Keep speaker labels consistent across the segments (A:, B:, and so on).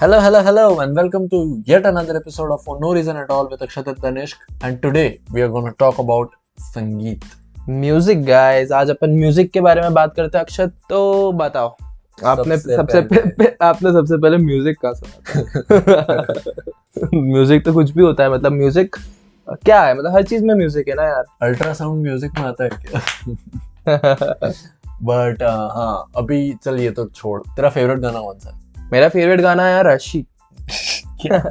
A: Hello, hello, hello, and welcome to yet another episode of For No Reason at All with Akshat and Tanishq. And today we are going to talk about Sangeet.
B: Music guys आज अपन music के बारे में बात करते हैं अक्षत तो बताओ आपने
A: सबसे
B: सबसे
A: पहले-
B: पहले आपने सबसे पहले म्यूजिक का सुना म्यूजिक तो कुछ भी होता है मतलब म्यूजिक क्या है मतलब हर चीज में म्यूजिक है ना
A: अल्ट्रासाउंड म्यूजिक में आता है क्या
B: यार
A: बट हाँ अभी चल ये तो छोड़ तेरा फेवरेट गाना कौन सा
B: मेरा फेवरेट गाना है यार रशी
A: है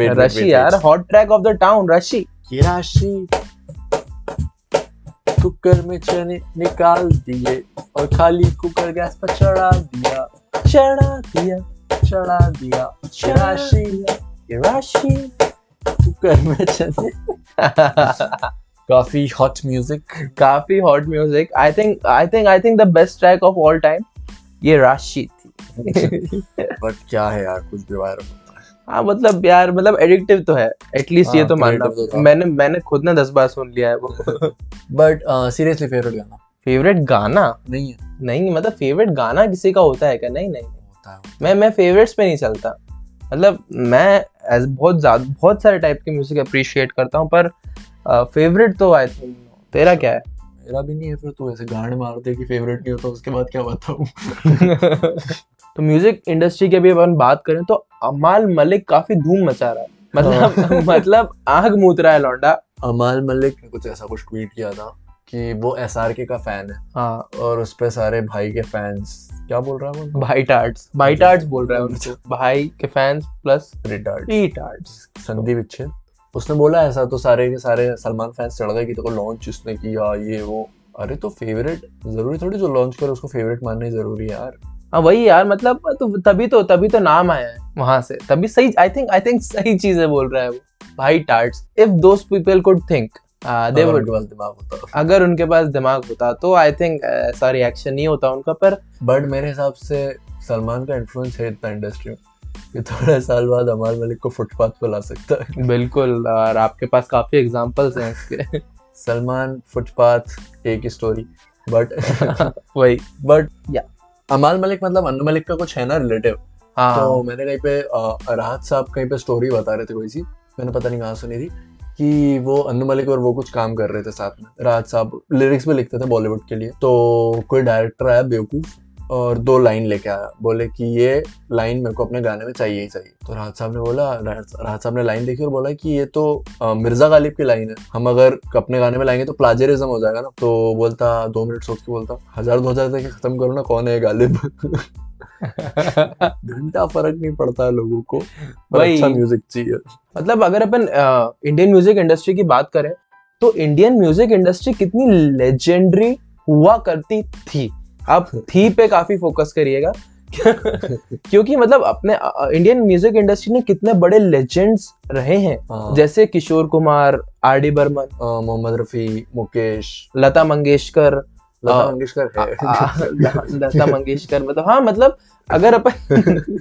A: वेट
B: रशी यार hot track of the town Rashi
A: ये राशि कुकर में चने निकाल दिए और खाली कुकर गैस पर चढ़ा दिया
B: चढ़ा दिया
A: चढ़ा दिया ये
B: चढ़ा
A: राशि ये राशि कुकर में चने काफी हॉट म्यूजिक
B: काफी hot music I think I think I think the best track of all time ये राशि थी
A: बट क्या है यार कुछ भी वायरल
B: हाँ मतलब यार मतलब एडिक्टिव तो है एटलीस्ट ये
A: हाँ,
B: तो मानना
A: creative तो था।
B: मैंने मैंने खुद ना दस बार सुन लिया है वो
A: बट सीरियसली फेवरेट गाना
B: फेवरेट गाना
A: नहीं है
B: नहीं मतलब फेवरेट गाना किसी का होता है क्या नहीं नहीं
A: होता है
B: मैं मैं फेवरेट्स पे नहीं चलता मतलब मैं as बहुत ज्यादा बहुत सारे टाइप के म्यूजिक अप्रिशिएट करता हूँ पर फेवरेट तो आई थिंक तेरा क्या है
A: मेरा भी नहीं है फिर तू ऐसे गाने मार दे कि फेवरेट नहीं होता उसके बाद क्या बताऊं
B: तो म्यूजिक इंडस्ट्री की अभी अपन बात करें तो अमाल मलिक काफी धूम मचा रहा है
A: हाँ।
B: मतलब मतलब आग मूत रहा है लौंडा
A: अमाल मलिक ने कुछ ऐसा कुछ ट्वीट किया था कि वो एस का फैन है
B: हाँ
A: और उस पे सारे भाई के फैंस क्या बोल रहा है वो
B: भाई टार्ट्स भाई टार्ट्स बोल रहा है उनको भाई के फैंस प्लस
A: रिटार्ड
B: टी टार्ट्स
A: संदीप इच्छे उसने बोला ऐसा तो सारे के सारे सलमान फैंस चढ़ गए कि देखो लॉन्च उसने किया ये वो अरे तो फेवरेट जरूरी थोड़ी जो लॉन्च करे उसको फेवरेट मानना ही जरूरी है यार
B: हाँ वही यार मतलब तो तभी तो तभी तो नाम आया है वहां से तभी सही आई थिंक आई थिंक सही चीजें बोल रहा है वो भाई टार्ट्स if those people could think they
A: अगर
B: वुड
A: उनके पास दिमाग होता
B: uh, अगर उनके पास दिमाग होता तो आई थिंक ऐसा रिएक्शन नहीं होता उनका पर
A: बट मेरे हिसाब से सलमान का इन्फ्लुएंस है इतना इंडस्ट्री में कि थोड़े साल बाद अमाल मलिक को फुटपाथ पर ला सकता है
B: बिल्कुल और आपके पास काफी एग्जांपल्स हैं इसके
A: सलमान फुटपाथ एक ही स्टोरी बट
B: वही
A: बट
B: Yeah.
A: अमाल मलिक मतलब अनु मलिक का कुछ है ना रिलेटिव
B: हाँ
A: तो मैंने कहीं पे अ, राहत साहब कहीं पे स्टोरी बता रहे थे कोई सी मैंने पता नहीं कहाँ सुनी थी कि वो अनु मलिक और वो कुछ काम कर रहे थे साथ में राहत साहब लिरिक्स भी लिखते थे बॉलीवुड के लिए तो कोई डायरेक्टर आया बेवकूफ और दो लाइन लेके आया बोले कि ये लाइन मेरे को अपने गाने में चाहिए ही चाहिए तो राहत साहब ने बोला राहत राहत साहब ने लाइन देखी और बोला कि ये तो अ, मिर्जा गालिब की लाइन है हम अगर अपने गाने में लाएंगे तो प्लाजरिज्म हो जाएगा ना तो बोलता दो मिनट सोच के बोलता हजार दो हजार तक खत्म करो ना कौन है ये गालिब घंटा फर्क नहीं पड़ता है लोगों को पर
B: वही।
A: अच्छा म्यूजिक चाहिए
B: मतलब अगर अपन इंडियन म्यूजिक इंडस्ट्री की बात करें तो इंडियन म्यूजिक इंडस्ट्री कितनी लेजेंडरी हुआ करती थी आप थी पे काफी फोकस करिएगा क्योंकि मतलब अपने इंडियन म्यूजिक इंडस्ट्री में कितने बड़े लेजेंड्स रहे हैं
A: हाँ,
B: जैसे किशोर कुमार आर डी बर्मन
A: अ, मोहम्मद रफी मुकेश
B: लता मंगेशकर
A: लता
B: अ,
A: मंगेशकर
B: आ- आ-
A: है
B: लता मंगेशकर मतलब हाँ मतलब अगर अपन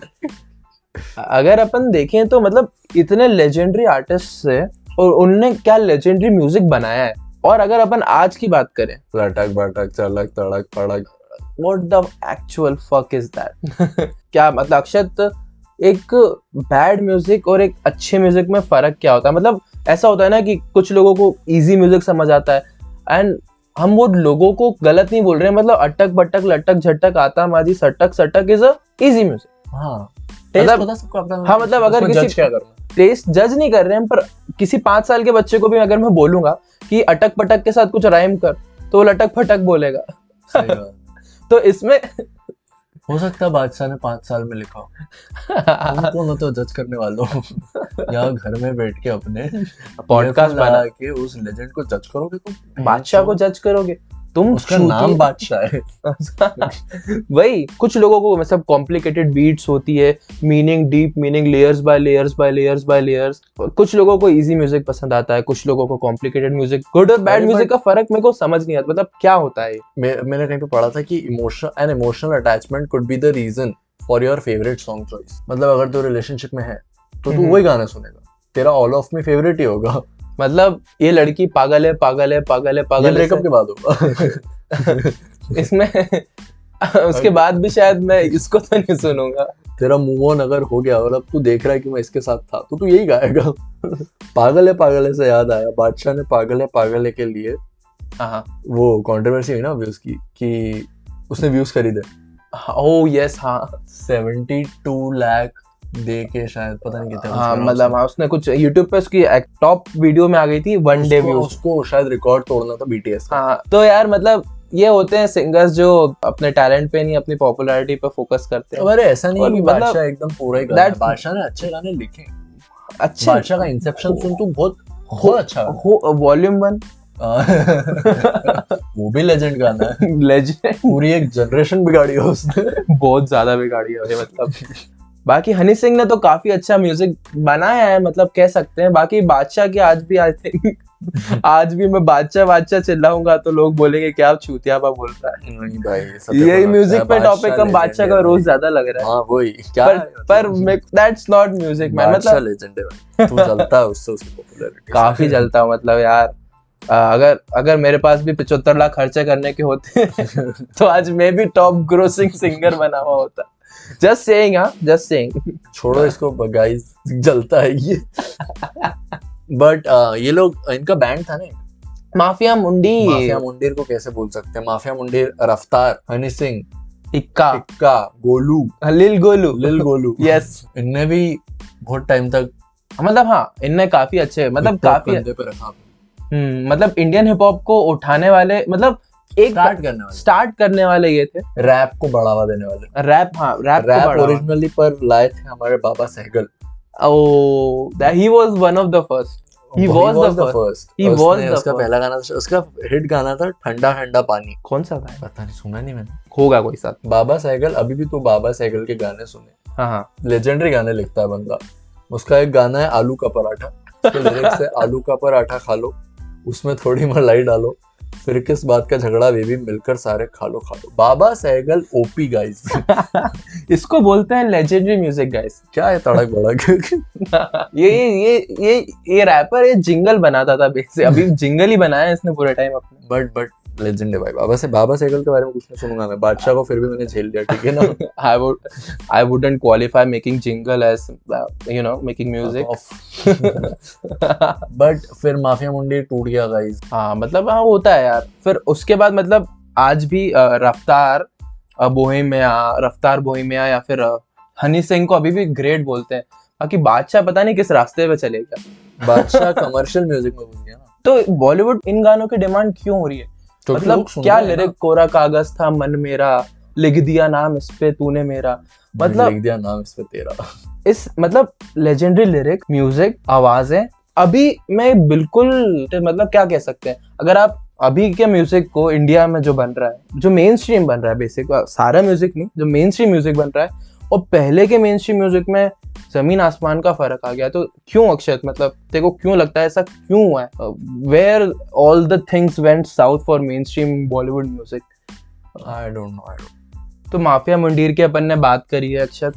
B: अगर अपन देखें तो मतलब इतने लेजेंडरी आर्टिस्ट से और उनने क्या लेजेंडरी म्यूजिक बनाया है और अगर अपन आज की बात करें
A: लटक बटक चलक तड़क पड़क
B: what the actual fuck is that क्या मतलब अक्षत एक बैड म्यूजिक और एक अच्छे म्यूजिक में फर्क क्या होता है मतलब ऐसा होता है ना कि कुछ लोगों को इजी म्यूजिक समझ आता है एंड हम वो लोगों को गलत नहीं बोल रहे हैं मतलब अटक बटक लटक झटक आता माजी सटक सटक इज अ इजी म्यूजिक
A: हाँ
B: मतलब-
A: पता है सबको अपना
B: हाँ, मतलब अगर
A: उसमें
B: किसी-
A: judge क्या करना
B: टेस्ट जज नहीं कर रहे हैं पर किसी पाँच साल के बच्चे को भी अगर मैं बोलूंगा कि अटक पटक के साथ कुछ राइम कर तो वो लटक फटक बोलेगा
A: सही बात।
B: तो इसमें
A: हो सकता है बादशाह ने पांच साल में लिखा हो
B: पॉडकास्ट
A: कौन होते हो जज करने वालों यहाँ घर में बैठ के अपने earphone
B: बना
A: लगा के उस लेजेंड को जज करोगे तुम
B: बादशाह को जज करोगे तुम
A: तो उसका
B: छूते-
A: नाम बादशाह है
B: वही कुछ लोगों को मतलब कॉम्प्लिकेटेड बीट्स होती है meaning deep meaning layers by layers by layers by layers कुछ लोगों को इजी म्यूजिक पसंद आता है कुछ लोगों को कॉम्प्लिकेटेड म्यूजिक गुड और
A: अरे
B: बैड म्यूजिक का फर्क मेरे को समझ नहीं आता मतलब क्या होता है ये?
A: मे- मैंने कहीं पे पढ़ा था कि emotion an emotional attachment could be the reason for your favourite song choice मतलब अगर तू रिलेशनशिप में है तो तू
B: हम्म।
A: वही गाना सुनेगा तेरा ऑल ऑफ में फेवरेट ही होगा
B: मतलब ये लड़की पागल है पागल है पागल है
A: ये
B: पागल है
A: ब्रेकअप के बाद होगा
B: इसमें उसके बाद भी शायद मैं इसको तो नहीं सुनूंगा
A: तेरा मूव ऑन अगर हो गया और अब तू देख रहा है कि मैं इसके साथ था तो तू यही गाएगा पागल है पागल है से याद आया बादशाह ने पागल है पागल है के लिए
B: हाँ
A: वो कंट्रोवर्सी हुई ना व्यूज की कि उसने व्यूज खरीदे
B: हाँ ओ यस हाँ
A: 72 लाख दे के शायद पता नहीं कितने
B: हाँ मतलब हाँ उसने कुछ यूट्यूब पे उसकी टॉप वीडियो में आ गई थी वन डे
A: उसको,
B: व्यूज
A: उसको शायद रिकॉर्ड तोड़ना था बीटीएस का
B: हाँ तो यार मतलब ये होते हैं सिंगर्स जो अपने टैलेंट पे नहीं अपनी पॉपुलैरिटी पे फोकस करते हैं
A: अरे ऐसा नहीं है
B: और
A: कि
B: मतलब-
A: बादशाह एकदम पूरा ही गाना है।
B: That-
A: बादशाह ने अच्छे गाने लिखे
B: अच्छा
A: बादशाह का इंसेप्शन सुन तू बहुत बहुत अच्छा गाना है। हाँ।
B: हो वॉल्यूम वन
A: वो भी लेजेंड गाना है
B: लेजेंड
A: पूरी एक जनरेशन बिगाड़ी है उसने
B: बहुत ज्यादा बिगाड़ी है ये मतलब बाकी हनी सिंह ने तो काफी अच्छा म्यूजिक बनाया है मतलब कह सकते हैं बाकी बादशाह के आज भी आई थिंक आज भी मैं बादशाह बादशाह चिल्लाऊंगा तो लोग बोलेंगे क्या आप छूतियापा बोल रहा
A: नहीं भाई
B: है यही म्यूजिक पे टॉपिक कम बादशाह का रोज ज्यादा लग रहा है
A: हाँ वही क्या
B: पर पर that's not music man
A: Badshah
B: मतलब
A: लेजेंड है भाई। तू चलता है उससे उसकी पॉपुलैरिटी
B: काफी जलता हूँ मतलब यार अ, अगर अगर मेरे पास भी पिछहत्तर लाख खर्चे करने के होते तो आज मैं भी टॉप ग्रोसिंग सिंगर बना हुआ होता जस्ट सेइंग हाँ जस्ट सेइंग
A: छोड़ो इसको गाइस जलता है ये बट ये लोग इनका बैंड था ना एक।
B: माफिया मुंडी
A: माफिया मुंडेर को कैसे बोल सकते हैं माफिया मुंडेर रफ्तार हनी सिंह
B: टिक्का
A: टिक्का गोलू
B: लिल गोलू
A: लिल गोलू
B: यस
A: इनने भी बहुत टाइम तक
B: मतलब हाँ इनने काफी अच्छे मतलब
A: hip-hop
B: काफी
A: कंधे पे रखा
B: हम्म, मतलब इंडियन हिप हॉप को उठाने वाले मतलब एक
A: स्टार्ट करने वाले
B: स्टार्ट करने वाले ये थे
A: रैप को बढ़ावा देने वाले
B: रैप हाँ रैप
A: रैप ओरिजिनली पर लाए थे हमारे Baba Sehgal
B: oh he was one of the first He was the first.
A: First
B: He was the
A: उसका
B: first.
A: पहला गाना था- उसका हिट गाना था ठंडा ठंडा पानी
B: कौन सा था
A: पता नहीं सुना नहीं मैंने
B: होगा कोई साथ
A: बाबा सहगल अभी भी तो बाबा सहगल के गाने सुने
B: हाँ हाँ
A: लेजेंडरी गाने लिखता है बंदा उसका एक गाना है आलू का पराठा उसके lyrics है आलू का पराठा खा लो उसमें थोड़ी मलाई डालो फिर किस बात का झगड़ा बेबी मिलकर सारे खा लो खा लो बाबा सहगल ओपी गाइस
B: इसको बोलते हैं लेजेंडरी म्यूजिक गाइस
A: क्या है तड़क बड़क
B: ये ये ये ये रैपर ये जिंगल बनाता था बेस अभी जिंगल ही बनाया है इसने पूरे टाइम अपने
A: बट बट लेजेंड है भाई बाबा से बाबा सहगल के बारे में कुछ नहीं सुनूंगा मैं बादशाह को फिर भी मैंने झेल लिया ठीक है ना
B: I would I wouldn't qualify making jingle as you know making music
A: but फिर माफिया मुंडी टूट गया गाइस
B: हाँ मतलब हाँ होता है यार फिर उसके बाद मतलब आज भी अ, रफ्तार अ, बोहेमिया रफ्तार बोहेमिया या फिर अ, हनी सिंह को अभी भी ग्रेट बोलते हैं बाकी बादशाह पता नहीं किस रास्ते पे चले गया
A: बादशाह कमर्शियल म्यूजिक में घुस गया ना
B: तो बॉलीवुड इन गानों की डिमांड क्यों हो रही है
A: क्योंकि
B: मतलब
A: तो लोग सुन
B: क्या
A: रहे हैं ना।
B: लिरिक कोरा कागज था मन मेरा लिख दिया नाम इस पे तूने मेरा मतलब-
A: लिख दिया नाम इस पे तेरा
B: इस मतलब लेजेंडरी लिरिक म्यूजिक आवाजें अभी मैं बिल्कुल मतलब क्या कह सकते हैं अगर आप अभी के म्यूजिक को इंडिया में जो बन रहा है जो मेन स्ट्रीम बन रहा है बेसिक सारा म्यूजिक नहीं जो मेन स्ट्रीम म्यूजिक बन रहा है और पहले के मेन स्ट्रीम म्यूजिक में जमीन आसमान का फर्क आ गया तो क्यों अक्षत मतलब तेरे को क्यों लगता है ऐसा क्यों हुआ है where all the things went south for mainstream Bollywood music
A: I don't know I don't
B: तो माफिया मंडीर की अपन ने बात करी है अक्षत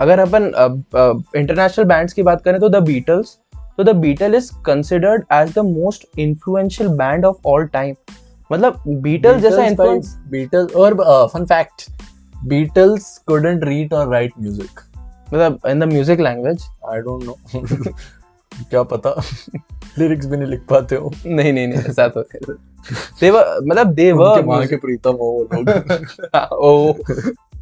B: अगर अपन इंटरनेशनल बैंड्स की बात करें तो द बीटल्स तो the Beatle is considered as the most influential band of all time मतलब बीटल जैसा इन्फ्लुएंस
A: बीटल्स और uh, fun fact Beatles couldn't read और राइट म्यूजिक
B: मतलब in the music language
A: I don't know क्या पता lyrics भी नहीं लिख पाते हो
B: नहीं नहीं नहीं ऐसा तो दे मतलब दे
A: उनके माँ
B: वर
A: के प्रीतम हो वो लोग
B: ओ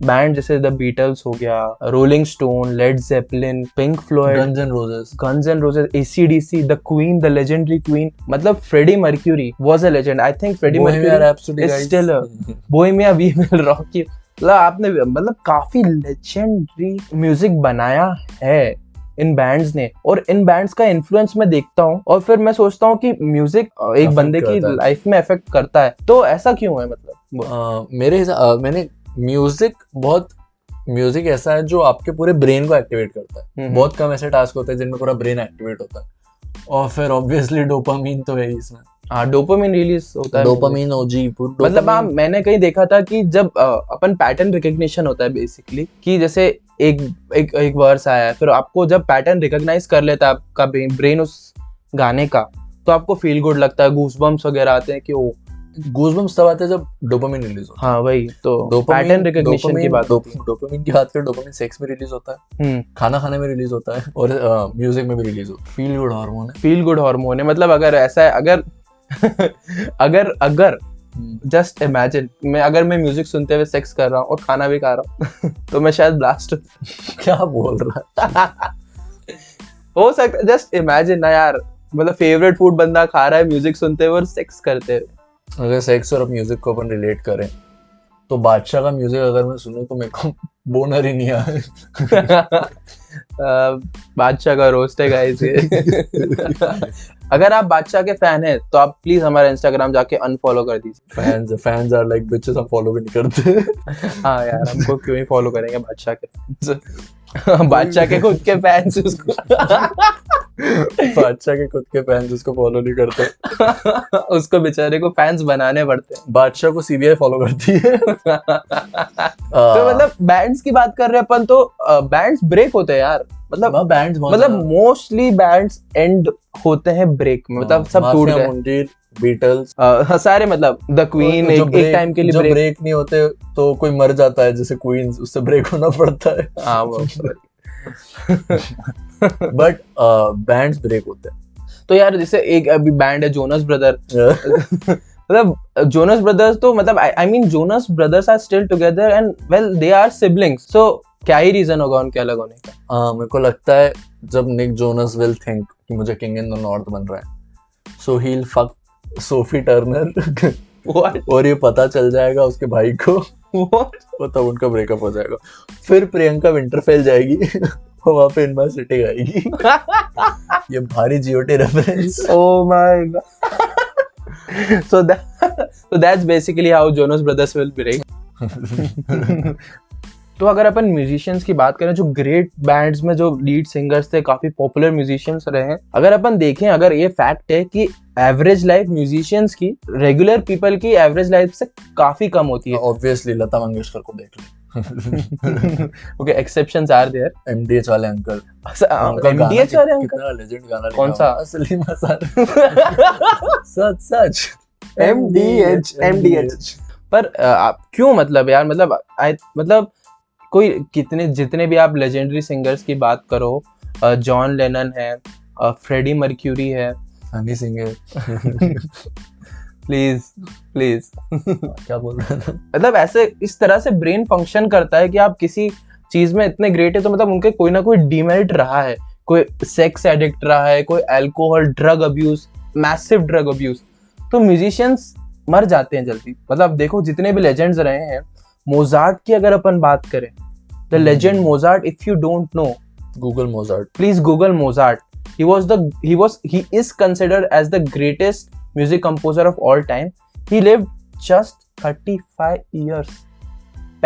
B: बैंड जैसे द बीटल्स हो गया rolling stone Led Zeppelin Pink Floyd
A: Guns and Roses
B: Guns N' Roses, ACDC, the Queen, the legendary Queen. मतलब Freddie Mercury was a legend. I think Freddie Mercury, is still a- Bohemia, We Will Rock You. मतलब आपने मतलब काफी legendary music बनाया है इन bands ने और इन बैंड्स का इन्फ्लुएंस मैं देखता हूँ और फिर मैं सोचता हूँ कि म्यूजिक एक
A: Affect
B: बंदे की
A: करता है।
B: लाइफ में अफेक्ट करता है तो ऐसा क्यों है मतलब
A: Uh, मेरे हिसाब अ, मैंने म्यूजिक बहुत म्यूजिक ऐसा है जो आपके पूरे ब्रेन को एक्टिवेट करता है
B: हम्म,
A: बहुत कम ऐसे टास्क होते हैं जिनमें पूरा ब्रेन एक्टिवेट होता है और फिर ऑब्वियसली डोपामीन तो है ही इसमें
B: हाँ डोपामिन रिलीज होता है
A: डोपामीन ओजी
B: मतलब हाँ मैंने कहीं देखा था कि जब अ, अपन पैटर्न रिकग्निशन होता है बेसिकली कि जैसे एक एक एक वर्स आया है फिर आपको जब पैटर्न रिकग्नाइज कर लेता है आपका ब्रेन उस गाने का तो आपको फील गुड लगता है गूस बम्स वगैरह आते हैं कि ओ
A: गूजबम्स तब आते हैं जब डोपामिन रिलीज होता
B: हाँ वही तो
A: dopamine-
B: पैटर्न रिकग्निशन की
A: dopamine-
B: बात हम्म।
A: dop- dopamine की बात करें डोपामिन सेक्स में रिलीज होता है खाना खाने में रिलीज होता है और म्यूजिक में भी रिलीज होता है feel good hormone
B: feel good hormone है मतलब अगर ऐसा है अगर अगर अगर
A: है
B: जस्ट इमेजिन मैं अगर मैं म्यूजिक सुनते हुए सेक्स कर रहा हूँ और खाना भी खा रहा हूँ तो मैं शायद ब्लास्ट
A: क्या बोल रहा है
B: हो सकता जस्ट इमेजिन ना यार मतलब फेवरेट फूड बंदा खा रहा है म्यूजिक सुनते हुए और सेक्स करते हुए
A: अगर सेक्स और म्यूजिक को अपन रिलेट करें तो बादशाह का म्यूजिक अगर मैं सुनूं तो मेरे को बोनर ही नहीं आए
B: अह, बादशाह का रोस्ट है गाइस अगर आप बादशाह के फैन हैं तो आप प्लीज हमारा इंस्टाग्राम जाके अनफॉलो कर दीजिए
A: fans fans are like bitches हम फॉलो भी नहीं करते
B: हाँ यार हमको क्यों ही फॉलो करेंगे बादशाह के फैंस बादशाह के खुद के फैंस उसको
A: बादशाह के खुद के फैंस उसको फॉलो नहीं करते
B: उसको बेचारे को फैंस बनाने पड़ते हैं
A: बादशाह को सीबीआई फॉलो करती है
B: तो मतलब बैंड्स की बात कर रहे हैं अपन तो बैंड्स ब्रेक होते हैं यार मतलब
A: बैंड्स
B: मतलब मोस्टली बैंड्स एंड होते हैं ब्रेक में मतलब सब टूट गए
A: मुंडी बीटल्स
B: अ, हाँ, सारे मतलब द क्वीन एक एक टाइम के लिए
A: ब्रेक
B: ब्रेक
A: नहीं होते तो कोई मर जाता है जैसे क्वींस उससे ब्रेक होना पड़ता है
B: हाँ वो
A: बट बैंड्स ब्रेक uh, होते
B: तो यार जैसे एक अभी बैंड है जोनस ब्रदर
A: हैं
B: मतलब जोनस ब्रदर्स तो मतलब I mean Jonas Brothers are still together and well they are siblings so क्या ही रीजन होगा उनके अलग होने का
A: हाँ मेरे को लगता है जब निक जोनस विल थिंक कि मुझे किंग इन द नॉर्थ बन रहा है so he fuck Sophie Turner और ये पता चल जाएगा उसके भाई को और तब उनका ब्रेकअप हो जाएगा फिर प्रियंका विंटरफेल जाएगी और वहां पे इनमें सिटी आएगी ये भारी जियोटी reference
B: oh my god so that so that's basically how Jonas Brothers will break तो अगर अपन म्यूजिशियंस की बात करें जो ग्रेट बैंड्स में जो लीड सिंगर्स थे काफी पॉपुलर म्यूजिशियंस रहे हैं अगर अपन देखें अगर ये फैक्ट है कि एवरेज लाइफ म्यूजिशियंस की रेगुलर पीपल की एवरेज लाइफ से काफी कम होती है
A: ऑब्वियसली लता मंगेशकर को देख ले
B: okay exceptions are there
A: MDH वाले अंकल
B: हाँ,
A: उनका गाना
B: एमडीएच
A: कि-
B: वाले अंकल
A: कितना लेजेंड गाना
B: कौन
A: लिखा हुआ है, असली मसाला सच सच
B: MDH, पर अ, आप क्यों मतलब यार मतलब आई मतलब कोई कितने जितने भी आप लेजेंडरी सिंगर्स की बात करो जॉन लेनन है फ्रेडी मर्क्यूरी है
A: हनी सिंह है।
B: प्लीज प्लीज
A: क्या बोल रहा था
B: मतलब ऐसे इस तरह से ब्रेन फंक्शन करता है कि आप किसी चीज में इतने ग्रेट है तो मतलब उनके कोई ना कोई डिमेरिट रहा है कोई सेक्स एडिक्ट रहा है कोई alcohol drug abuse massive drug abuse तो म्यूजिशियंस मर जाते हैं जल्दी मतलब देखो जितने भी लेजेंड्स रहे हैं मोजार्ट की अगर अपन बात करें the legend Mozart if you don't know
A: Google Mozart
B: please google mozart he was the he was he is considered as the greatest music composer of all time he lived just 35 years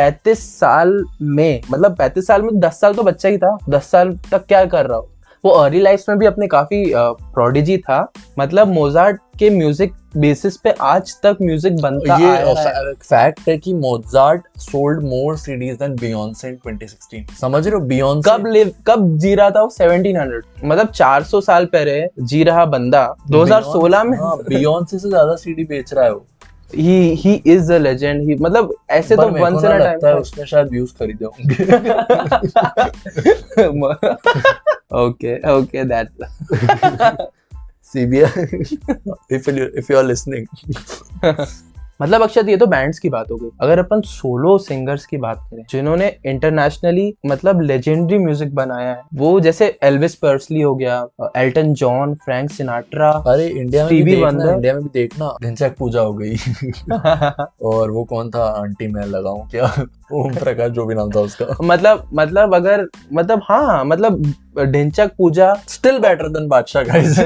B: 35 साल में मतलब 35 साल में 10 साल तो बच्चा ही था 10 साल तक क्या कर रहा हो वो अर्ली लाइफ में भी अपने काफी प्रोडिजी था मतलब मोजार्ट के म्यूजिक बेसिस पे आज तक म्यूजिक बनता आ रहा है
A: ये फैक्ट है कि Mozart sold more CDs than Beyonce in 2016 समझ रहे हो बियॉन्से
B: कब लिव कब जी रहा था वो 1700 मतलब 400 साल पहले जी रहा बंदा 2016 में
A: हाँ, बियॉन्से से ज्यादा सीडी बेच रहा है वो
B: he he is a legend he मतलब ऐसे
A: पर
B: तो
A: मेरे को
B: वंस
A: ना
B: इन
A: लगता है उसने शायद व्यूज खरीदे होंगे
B: time okay okay that
A: CBI if if you are listening
B: मतलब अक्षत ये तो बैंड्स की बात हो गई अगर अपन सोलो सिंगर्स की बात करें जिन्होंने इंटरनेशनली मतलब लेजेंडरी म्यूजिक बनाया है वो जैसे एल्विस पर्सली हो गया एल्टन जॉन फ्रैंक सिनाट्रा
A: अरे इंडिया में भी
B: Stevie
A: देखना
B: Wonder।
A: इंडिया में भी देखना घनश्याम पूजा हो गई और वो कौन था आंटी मैं लगाऊं क्या ओम प्रकाश जो भी नाम था उसका
B: मतलब मतलब अगर मतलब हाँ मतलब Dhinchak Pooja
A: still better than Badshah guys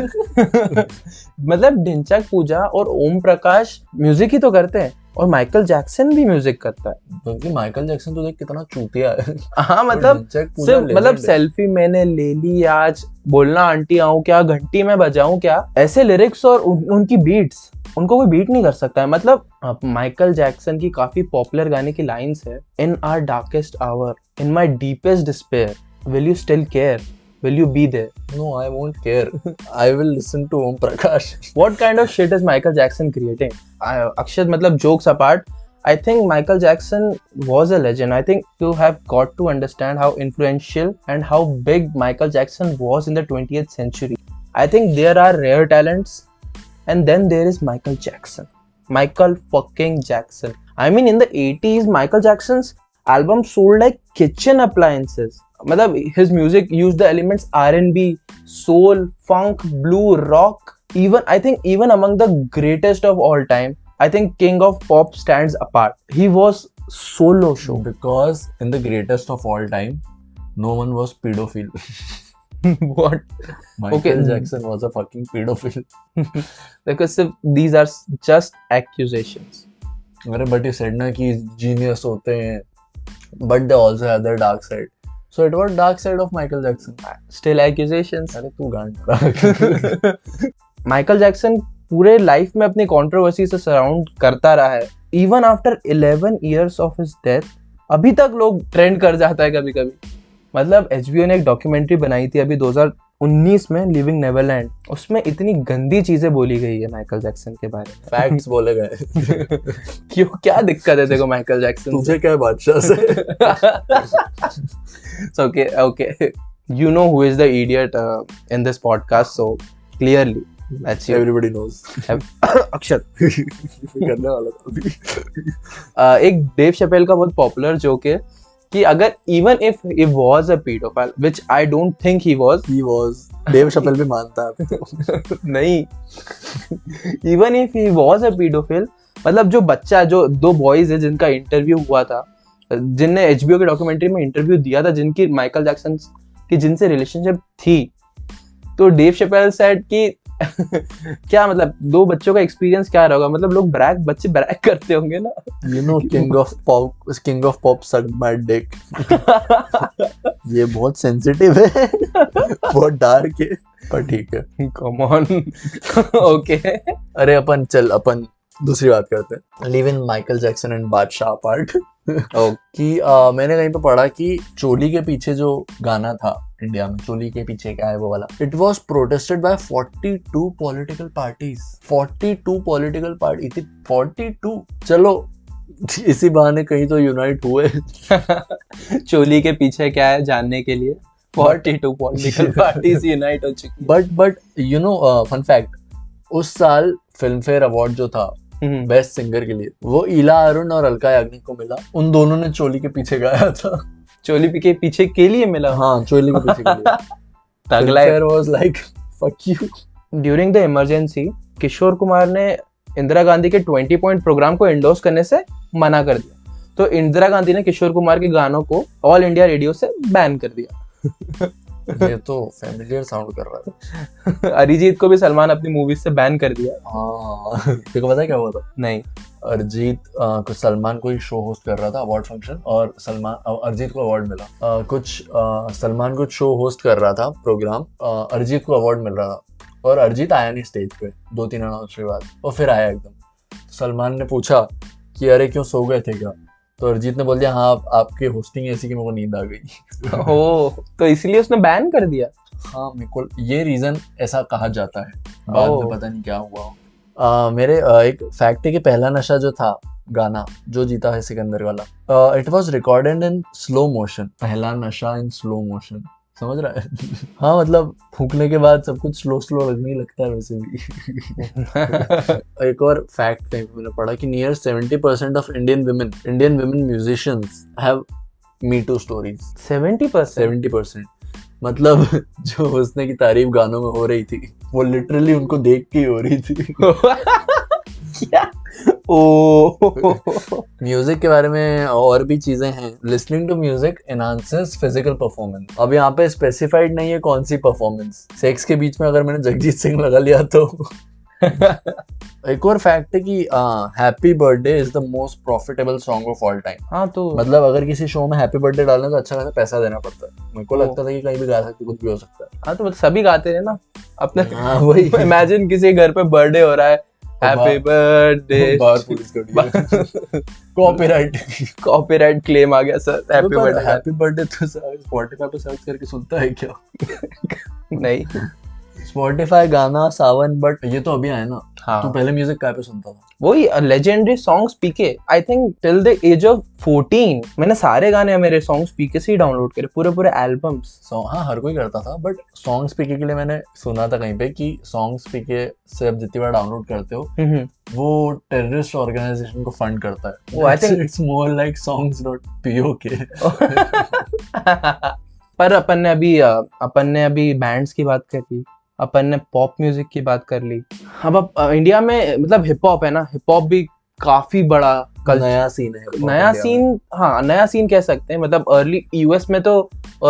B: मतलब ढिंचक पूजा और ओम प्रकाश म्यूजिक ही तो करते हैं और माइकल जैक्सन भी म्यूजिक करता है
A: क्योंकि माइकल जैक्सन तो देख कितना चूतिया है
B: हाँ मतलब
A: ढिंचैक पूजा
B: सिर्फ मतलब
A: legend है।
B: सेल्फी मैंने ले ली आज बोलना आंटी आऊं क्या घंटी में बजाऊं क्या ऐसे लिरिक्स और उन, उनकी बीट्स उनको कोई बीट नहीं कर सकता है मतलब अ, माइकल जैक्सन की काफी पॉपुलर गाने की लाइंस है in our darkest hour in my deepest despair will you still care will you be there
A: No, I won't care. I will listen to Om Prakash.
B: what kind of shit is Michael Jackson creating? I, Akshat, matlab jokes apart, I think Michael Jackson was a legend. I think you have got to understand how influential and how big Michael Jackson was in the 20th century. I think there are rare talents, and then there is Michael Jackson. Michael fucking Jackson. I mean, in the 80s, Michael Jackson's album sold like kitchen appliances. मतलब his music used the elements R&B, soul, funk, blue, rock. Even I think even among the greatest of all time, I think King of Pop stands apart. He was solo show.
A: Because in the greatest of all time, no one was pedophile.
B: what?
A: Michael
B: Okay.
A: Jackson was a fucking pedophile.
B: Because if these are s- just accusations.
A: अरे but you said ना कि genius होते हैं but they also have their dark side. So it was dark side of Michael Jackson.
B: Still accusations.
A: अरे तू गांड
B: Michael Jackson पूरे life में अपनी कंट्रोवर्सी से सराउंड करता रहा है even after 11 years of his death अभी तक लोग ट्रेंड कर जाता है कभी कभी मतलब एच ने एक डॉक्यूमेंट्री बनाई थी अभी 2019 में लिविंग नेवरलैंड उसमें इतनी गंदी चीजें बोली गई है माइकल जैक्सन के बारे में
A: facts बोले गए.
B: क्यों क्या दिक्कत है देखो माइकल जैक्सन
A: तुझे क्या है बादशाह से?
B: so okay okay you know who is the idiot uh, in this podcast so clearly that's you
A: Everybody knows.
B: अक्षर
A: करने वाला था अभी.
B: अ, एक डेव शपेल का बहुत पॉपुलर जोक है कि अगर even if he was a pedophile which I don't think he was
A: He was. Dave Chappelle भी मानता है.
B: नहीं even if he was a pedophile मतलब जो बच्चा जो दो बॉयज है जिनका इंटरव्यू हुआ था जिनने एच के डॉक्यूमेंट्री में इंटरव्यू दिया था जिनकी माइकल जैक्सन की जिनसे रिलेशनशिप थी तो डेव शपेल सेट कि क्या मतलब दो बच्चों का एक्सपीरियंस क्या रहा होगा मतलब लोग ब्रैक बच्चे ब्रैक करते होंगे ना
A: You know King of Pop King of Pop sucked my dick. ये बहुत सेंसिटिव है बहुत डार्क है पर ठीक है
B: कम ऑन ओके
A: अरे अपन चल अपन दूसरी बात करते हैं live in Michael Jackson and Badshah part कि आ, मैंने कहीं पे पढ़ा कि चोली के पीछे जो गाना था इंडिया में चोली के पीछे क्या है वो वाला it was protested by 42 political parties 42 political party 42 चलो इसी बहाने कहीं तो यूनाइट हुए
B: चोली के पीछे क्या है जानने के लिए 42 पॉलिटिकल पार्टीज यूनाइट हो चुकी
A: but but you know fun fact उस साल फिल्म फेयर अवार्ड जो था
B: है
A: बेस्ट सिंगर के लिए वो इला अरुण और अलका याग्निक को मिला उन दोनों ने चोली के पीछे गाया था
B: चोली के पीछे के लिए मिला
A: हाँ चोली के पीछे
B: अगला
A: was like fuck you
B: during the Emergency Kishore Kumar ने इंदिरा गांधी के 20 पॉइंट प्रोग्राम को एंडोर्स करने से मना कर दिया तो इंदिरा गांधी ने किशोर कुमार के गानों को ऑल इंडिया रेडियो से बैन कर दिया
A: ये तो फैमिलियर साउंड कर रहा है
B: अरिजीत को भी सलमान अपनी मूवीज से बैन कर दिया
A: हाँ तेरे को पता है क्या हुआ था
B: नहीं
A: अरिजीत अ, कुछ सलमान कोई शो होस्ट कर रहा था अवार्ड फंक्शन और सलमान अ, अरिजीत को अवार्ड मिला अ, कुछ अ, सलमान कुछ शो होस्ट कर रहा था प्रोग्राम अ, अरिजीत को अवार्ड मिल रहा था और अरिजीत आया नहीं स्टेज पे दो तीन अनाउंस के बाद और फिर आया एकदम तो सलमान ने पूछा कि अरे क्यों सो गए थे क्या तो अरिजीत ने बोल दिया हाँ आप, आपकी होस्टिंग ऐसी कि मेरे को नींद आ गई
B: हो तो इसलिए उसने बैन कर दिया
A: हाँ मेरे को ये रीजन ऐसा कहा जाता है बाद
B: ओह।
A: में पता नहीं क्या हुआ हो। आ, मेरे आ, एक फैक्ट है कि पहला नशा जो था गाना जो जीता है सिकंदर वाला it was recorded in slow motion पहला नशा इन स्लो मोशन समझ रहा है हाँ मतलब फूकने के बाद सब कुछ स्लो स्लो लगने ही लगता है वैसे भी एक और फैक्ट कहीं पे मैंने पढ़ा कि near 70% of Indian women Indian women musicians have me too stories
B: seventy percent
A: seventy percent मतलब जो हुस्ने की तारीफ गानों में हो रही थी वो लिटरली उनको देख के ही हो रही थी
B: ओ
A: म्यूजिक के बारे में और भी चीजें हैं listening to music enhances physical performance अब यहाँ पे स्पेसिफाइड नहीं है कौन सी परफॉर्मेंस सेक्स के बीच में अगर मैंने जगजीत सिंह लगा लिया तो एक और फैक्ट है कि happy birthday is the most profitable song of all time
B: हाँ तो
A: मतलब अगर किसी शो में हैप्पी बर्थडे डालना है तो अच्छा खासा पैसा देना पड़ता है मेरे को
B: ओ।
A: लगता था कि कहीं भी गा सकते कुछ भी हो सकता
B: हाँ तो मतलब सभी गाते रहे ना अपने
A: है हाँ वही तो
B: इमेजिन किसी के घर पे बर्थडे हो रहा है हैप्पी बर्थडे
A: बाहर पुलिस खड़ी है कॉपीराइट
B: कॉपीराइट क्लेम आ गया sir happy birthday
A: happy birthday तो सर स्पॉटिफाई पे सर्च करके सुनता है क्या
B: नहीं
A: स्पॉटिफाई गाना सावन बट ये तो अभी आया ना
B: हाँ
A: तू पहले म्यूजिक कहाँ पे सुनता था
B: वही legendary songs PK I think till the age of 14 मैंने सारे गाने मेरे सॉन्ग्स पीके से ही डाउनलोड करे पूरे पूरे एल्बम्स
A: सॉन्ग हाँ हर कोई करता था बट सॉन्ग्स पीके के लिए मैंने सुना था कहीं पे कि सॉन्ग्स पीके से आप जितनी बार डाउनलोड करते हो वो टेररिस्ट ऑर्गेनाइजेशन को फंड करता है
B: Oh, I think-
A: it's more like songs dot PoK
B: पर अपन ने अभी अ, अपन ने अभी बैंड्स की बात कर ली अपन ने पॉप म्यूजिक की बात कर ली अब अब अ, इंडिया में मतलब हिप हॉप है ना हिप हॉप भी काफी बड़ा कल्चर
A: नया सीन है
B: नया सीन हाँ नया सीन कह सकते हैं मतलब अर्ली यूएस में तो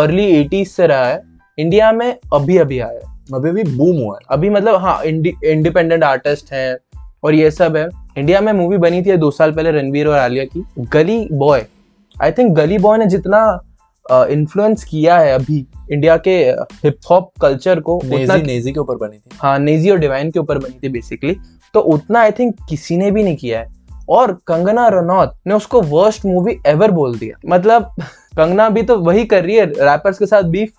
B: अर्ली एटीज से रहा है इंडिया में अभी अभी आया है
A: अभी भी बूम हुआ है
B: अभी मतलब हाँ इंडिपेंडेंट आर्टिस्ट हैं और ये सब है इंडिया में मूवी बनी थी दो साल पहले रणवीर और आलिया की गली बॉय आई थिंक गली बॉय ने जितना इन्फ्लुएंस किया है अभी इंडिया के हिप हॉप कल्चर को उतना
A: नेजी नेजी के ऊपर बनी थी
B: हाँ नेजी और डिवाइन के ऊपर बनी थी बेसिकली तो उतना आई थिंक किसी ने भी नहीं किया है और कंगना रनौत ने उसको वर्स्ट मूवी एवर बोल दिया मतलब कंगना भी तो वही कर रही है रैपर्स के साथ बीफ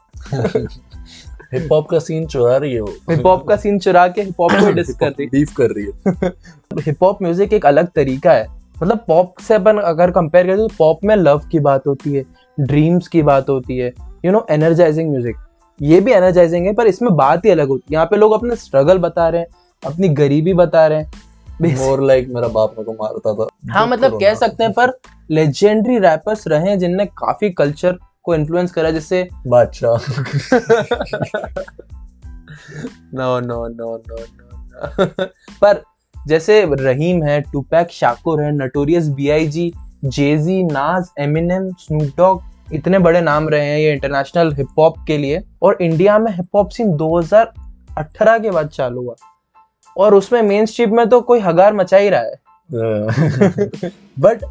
A: हिप हॉप का सीन चुरा रही है वो
B: हिप हॉप का सीन चुरा के हिप हॉप को डिस कर रही
A: बीफ कर रही है
B: है हिप हॉप म्यूजिक एक अलग तरीका है मतलब पॉप से अपन अगर कंपेयर करें तो पॉप में लव की बात होती है ड्रीम्स की बात होती है यू नो एनर्जाइजिंग म्यूजिक ये भी एनर्जाइजिंग है पर इसमें बात ही अलग होती है यहाँ पे लोग अपने स्ट्रगल बता रहे हैं अपनी गरीबी बता रहे हैं Basic-
A: मोर लाइक मेरा बाप मेरे को मारता था
B: हाँ
A: दुख
B: मतलब
A: करो
B: कह
A: ना।
B: सकते हैं पर लेजेंडरी रैपर्स रहे हैं जिनने काफी कल्चर को इन्फ्लुएंस करा जैसे
A: Badshah
B: no no no no no पर जैसे रहीम है टूपैक शाकुर है नटोरियस बीआईजी जेजी नाज एमिनेम स्नूप डॉग इतने बड़े नाम रहे हैं ये इंटरनेशनल हिप हॉप के लिए और इंडिया में हिप हॉप सीन 2018 के बाद चालू हुआ और उसमें मेन स्ट्रीट में तो कोई हगार मचा ही रहा है
A: बट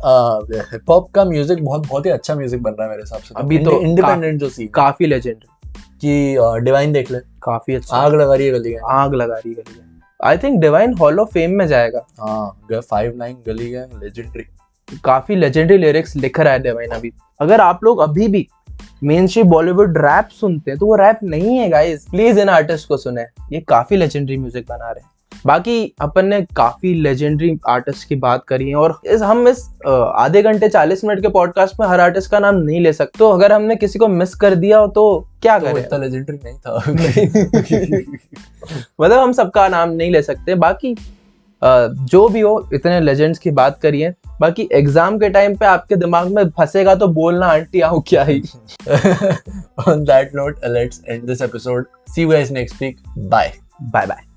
A: हिप हॉप uh, का म्यूजिक बहुत बहुत ही अच्छा म्यूजिक बन रहा है मेरे हिसाब से
B: अभी तो
A: इंडिपेंडेंट जो सीन
B: काफी लेजेंडरी
A: कि डिवाइन देख ले
B: काफी अच्छा
A: आग लगा रही है गली गैंग
B: आग लगा रही गली में I think Divine hall of fame में जाएगा
A: हाँ five nine Gully Gang legendary
B: काफी लेजेंडरी लिरिक्स लिख रहा है डिवाइन अभी अगर आप लोग अभी भी मेन स्ट्रीम बॉलीवुड रैप सुनते हैं तो वो रैप नहीं है गाइस प्लीज इन आर्टिस्ट को सुने ये काफी लेजेंडरी म्यूजिक बना रहे हैं बाकी अपन ने काफी लेजेंडरी आर्टिस्ट की बात करी है और इस हम इस अ, आधे घंटे 40 मिनट के पॉडकास्ट में हर आर्टिस्ट का नाम नहीं ले सकते तो अगर हमने किसी को मिस कर दिया हो तो क्या
A: तो
B: करें
A: इतना लेजेंडरी नहीं था
B: मतलब हम सबका नाम नहीं ले सकते बाकी अ, जो भी हो इतने लेजेंड्स की बात करिए बाकी एग्जाम के टाइम पे आपके दिमाग में फंसेगा तो बोलना आंटी आओ क्या ही
A: On that note, let's end this episode. See you guys next week. Bye.
B: बाय बाय